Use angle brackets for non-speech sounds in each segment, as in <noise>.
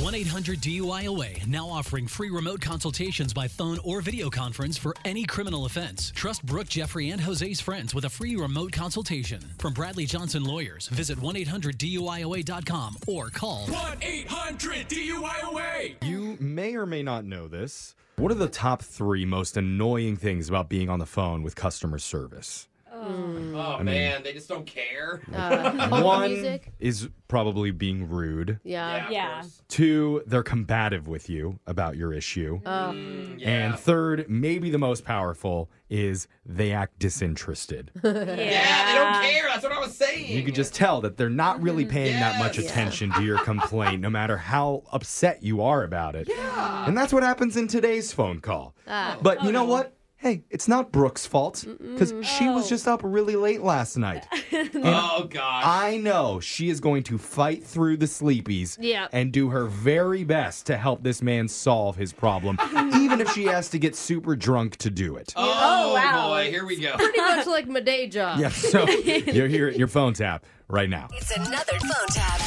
1 800 DUIOA now offering free remote consultations by phone or video conference for any criminal offense. Trust Brooke, Jeffrey, and Jose's friends with a free remote consultation. From Bradley Johnson Lawyers, visit 1 800 DUIOA.com or call 1 800 DUIOA. Uh, You may or may not know this. What are the top three most annoying things about being on the phone with customer service? Oh man, they just don't care. <laughs> Uh, One music. is probably being rude. Yeah. of Yeah. course. Two, they're combative with you about your issue. Mm, yeah. And third, maybe the most powerful, is they act disinterested. <laughs> yeah, they don't care. That's what I was saying. You <laughs> can just <laughs> tell that they're not really paying that much Mm-hmm. Yes. attention to your complaint, no matter how upset you are about it. Yeah. And that's what happens in today's phone call. Oh. But you know what? Hey, it's not Brooke's fault because she was Oh. just up really late <laughs> last night. Oh gosh. I know she is going to fight through the sleepies Yeah. and do her very best to help this man solve his problem, <laughs> even if she has to get super drunk to do it. <laughs> Oh, Oh, wow. boy, here <laughs> we go. Pretty much like my day job. <laughs> Yeah, so you're here at your phone tap right now. It's another phone tap.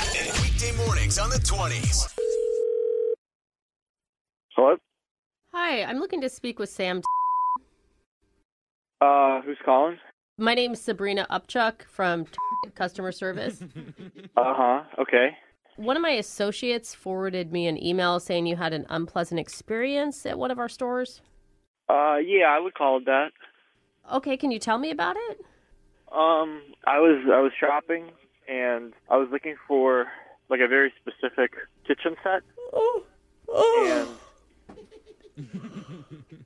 Weekday mornings on the 20s. Hello? Hi, I'm looking to speak with Sam. Uh, who's calling? My name's Sabrina Upchuck from <laughs> <laughs> customer service. Uh huh. Okay. One of my associates forwarded me an email saying you had an unpleasant experience at one of our stores. Uh, yeah, I would call it that. Okay, can you tell me about it? Um, I was I was shopping and I was looking for like a very specific kitchen set. And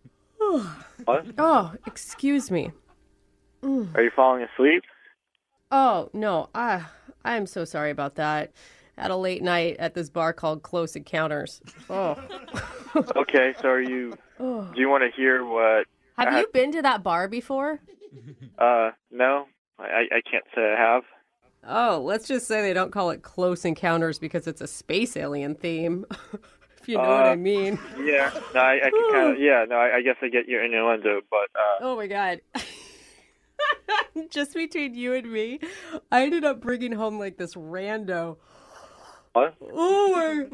what? Oh, excuse me. Are you falling asleep? Oh, no. I I'm so sorry about that. At a late night at this bar called Close Encounters. Oh. Okay. So are you? Do you want to hear what? Have Uh, I- you been to that bar before? Uh, no, I I can't say I have. Oh, let's just say they don't call it Close Encounters because it's a space alien theme. <laughs> if you know what I mean. Yeah. No, I, I can kind of. Yeah. No, I, I guess I get your innuendo, but uh, Oh my god. <laughs> Just between you and me, I ended up bringing home like this rando. what? Oh,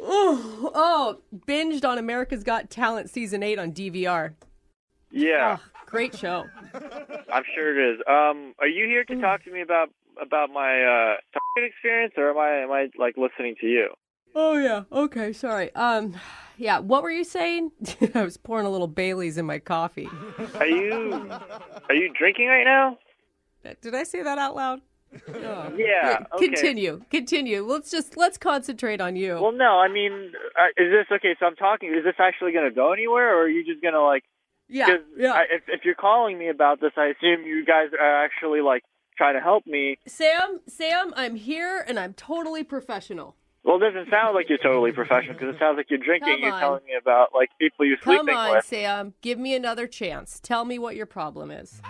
oh, oh, binged on America's Got Talent season eight on DVR. Yeah. Great show. I'm sure it is. Um, are you here to talk to me about about my uh, Target experience, or am I am I like listening to you? Oh yeah. Okay. Sorry. Um, yeah. What were you saying? <laughs> I was pouring a little Bailey's in my coffee. Are <laughs> you are you drinking right now? Did I say that out loud? Oh. Yeah. Uh, <laughs> Okay. Continue. Continue. Let's just let's concentrate on you. Well, no. I mean, uh, is this okay? So I'm talking. Is this actually going to go anywhere, or are you just going to like? yeah. 'cause Yeah. I, if if you're calling me about this, I assume you guys are actually like trying to help me. Sam, Sam, I'm here and I'm totally professional. Well, it doesn't sound like you're totally professional because it sounds like you're drinking. Come You're on. telling me about like people you're Come sleeping on, with. Sam. Give me another chance. Tell me what your problem <laughs> is.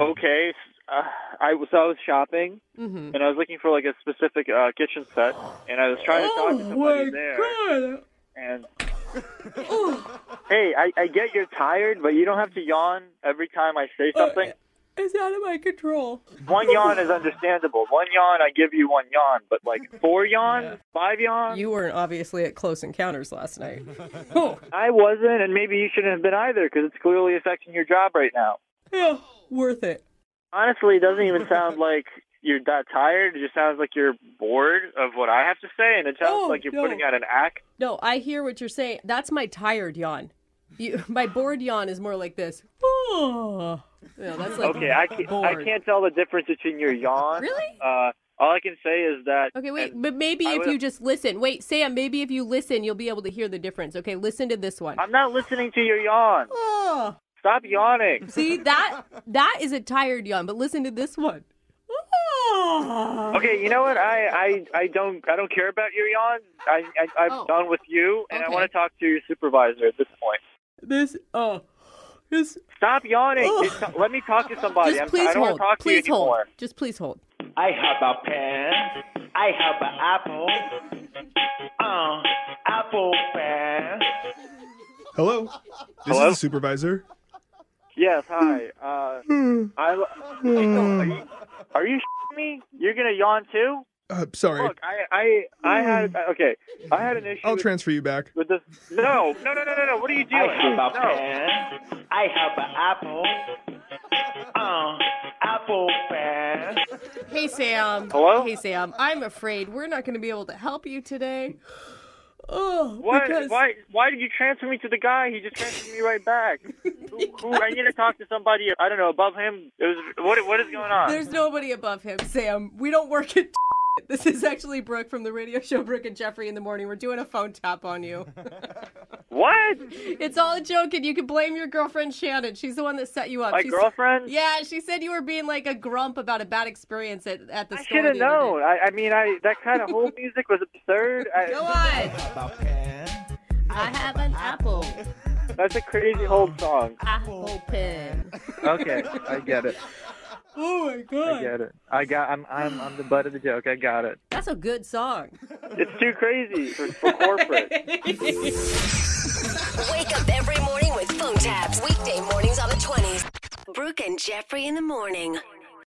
Okay, uh, I was so I was shopping, Mm-hmm. and I was looking for like a specific uh, kitchen set, and I was trying to talk to somebody there. Oh God. <laughs> And hey, I, I get you're tired, but you don't have to yawn every time I say Uh, something. It's out of my control. One yawn is understandable. One yawn, I give you one yawn, but like four yawns, five yawns, You weren't obviously at Close Encounters last night. <laughs> oh, I wasn't, and maybe you shouldn't have been either because it's clearly affecting your job right now. yeah, worth it. honestly, it doesn't <laughs> even sound like you're that tired. It just sounds like you're bored of what I have to say, and it sounds Oh, like you're no. putting out an act. No, I hear what you're saying. That's my tired yawn. You, <laughs> my bored yawn is more like this. Oh. No, that's like Okay, I can't, I bored. can't tell the difference <laughs> between your yawn. Really? Uh, all I can say is that. Okay, wait, and but maybe I if would- you just listen. Wait, Sam, maybe if you listen, you'll be able to hear the difference. Okay, listen to this one. <laughs> I'm not listening to your yawn. Oh. Stop yawning. See that that is a tired yawn, but listen to this one. Ah, Okay, you know what? I, I, I don't I don't care about your yawn. I, I I'm Oh. done with you, and I Okay. want to talk to your supervisor at this point. <laughs> This oh this Stop yawning. Ugh. Just Let me <laughs> talk to somebody. Oh. just I'm- please I don't hold. want to talk Please to you hold. anymore. Just please hold. I have a pen. I have an apple. Uh, apple pen. Hello. This Hello? is the supervisor. Hmm. Yes, hi. Uh, I. Are you, are you shitting me? You're gonna yawn too? Uh, sorry. Hmm. Look, I, I, I had okay. I had an issue I'll with, transfer you back. with this. No, no, no, no, no, no. What are you I doing? have a No. pen. I have an apple. Uh, apple pen. Hey, Sam. Hello? Hey, Sam. I'm afraid we're not going to be able to help you today. <gasps> Oh, Why, because why, why did you transfer me to the guy? He just transferred me <laughs> right back. who, who, I need to talk to somebody. I don't know above him. It was what? What is going on? there's nobody above him, Sam. We don't work at. <laughs> This is actually Brooke from the radio show Brooke and Jeffrey in the morning. We're doing a phone tap on you. what? It's all a joke, and you can blame your girlfriend Shannon. She's the one that set you up. My She s- girlfriend? Yeah, she said you were being like a grump about a bad experience at, at the I store. should have the other day. known. I, I mean, I that kind of whole music was absurd. <laughs> Go I, on. I have an apple. that's a crazy whole song. Apple pen. Okay, I get it. Oh my I god. get it. I got. I'm. I'm. I'm the butt of the joke. I got it. That's a good song. It's too crazy for, for corporate. Wake up every morning with phone taps. Weekday mornings on the 20s. Brooke and Jeffrey in the morning.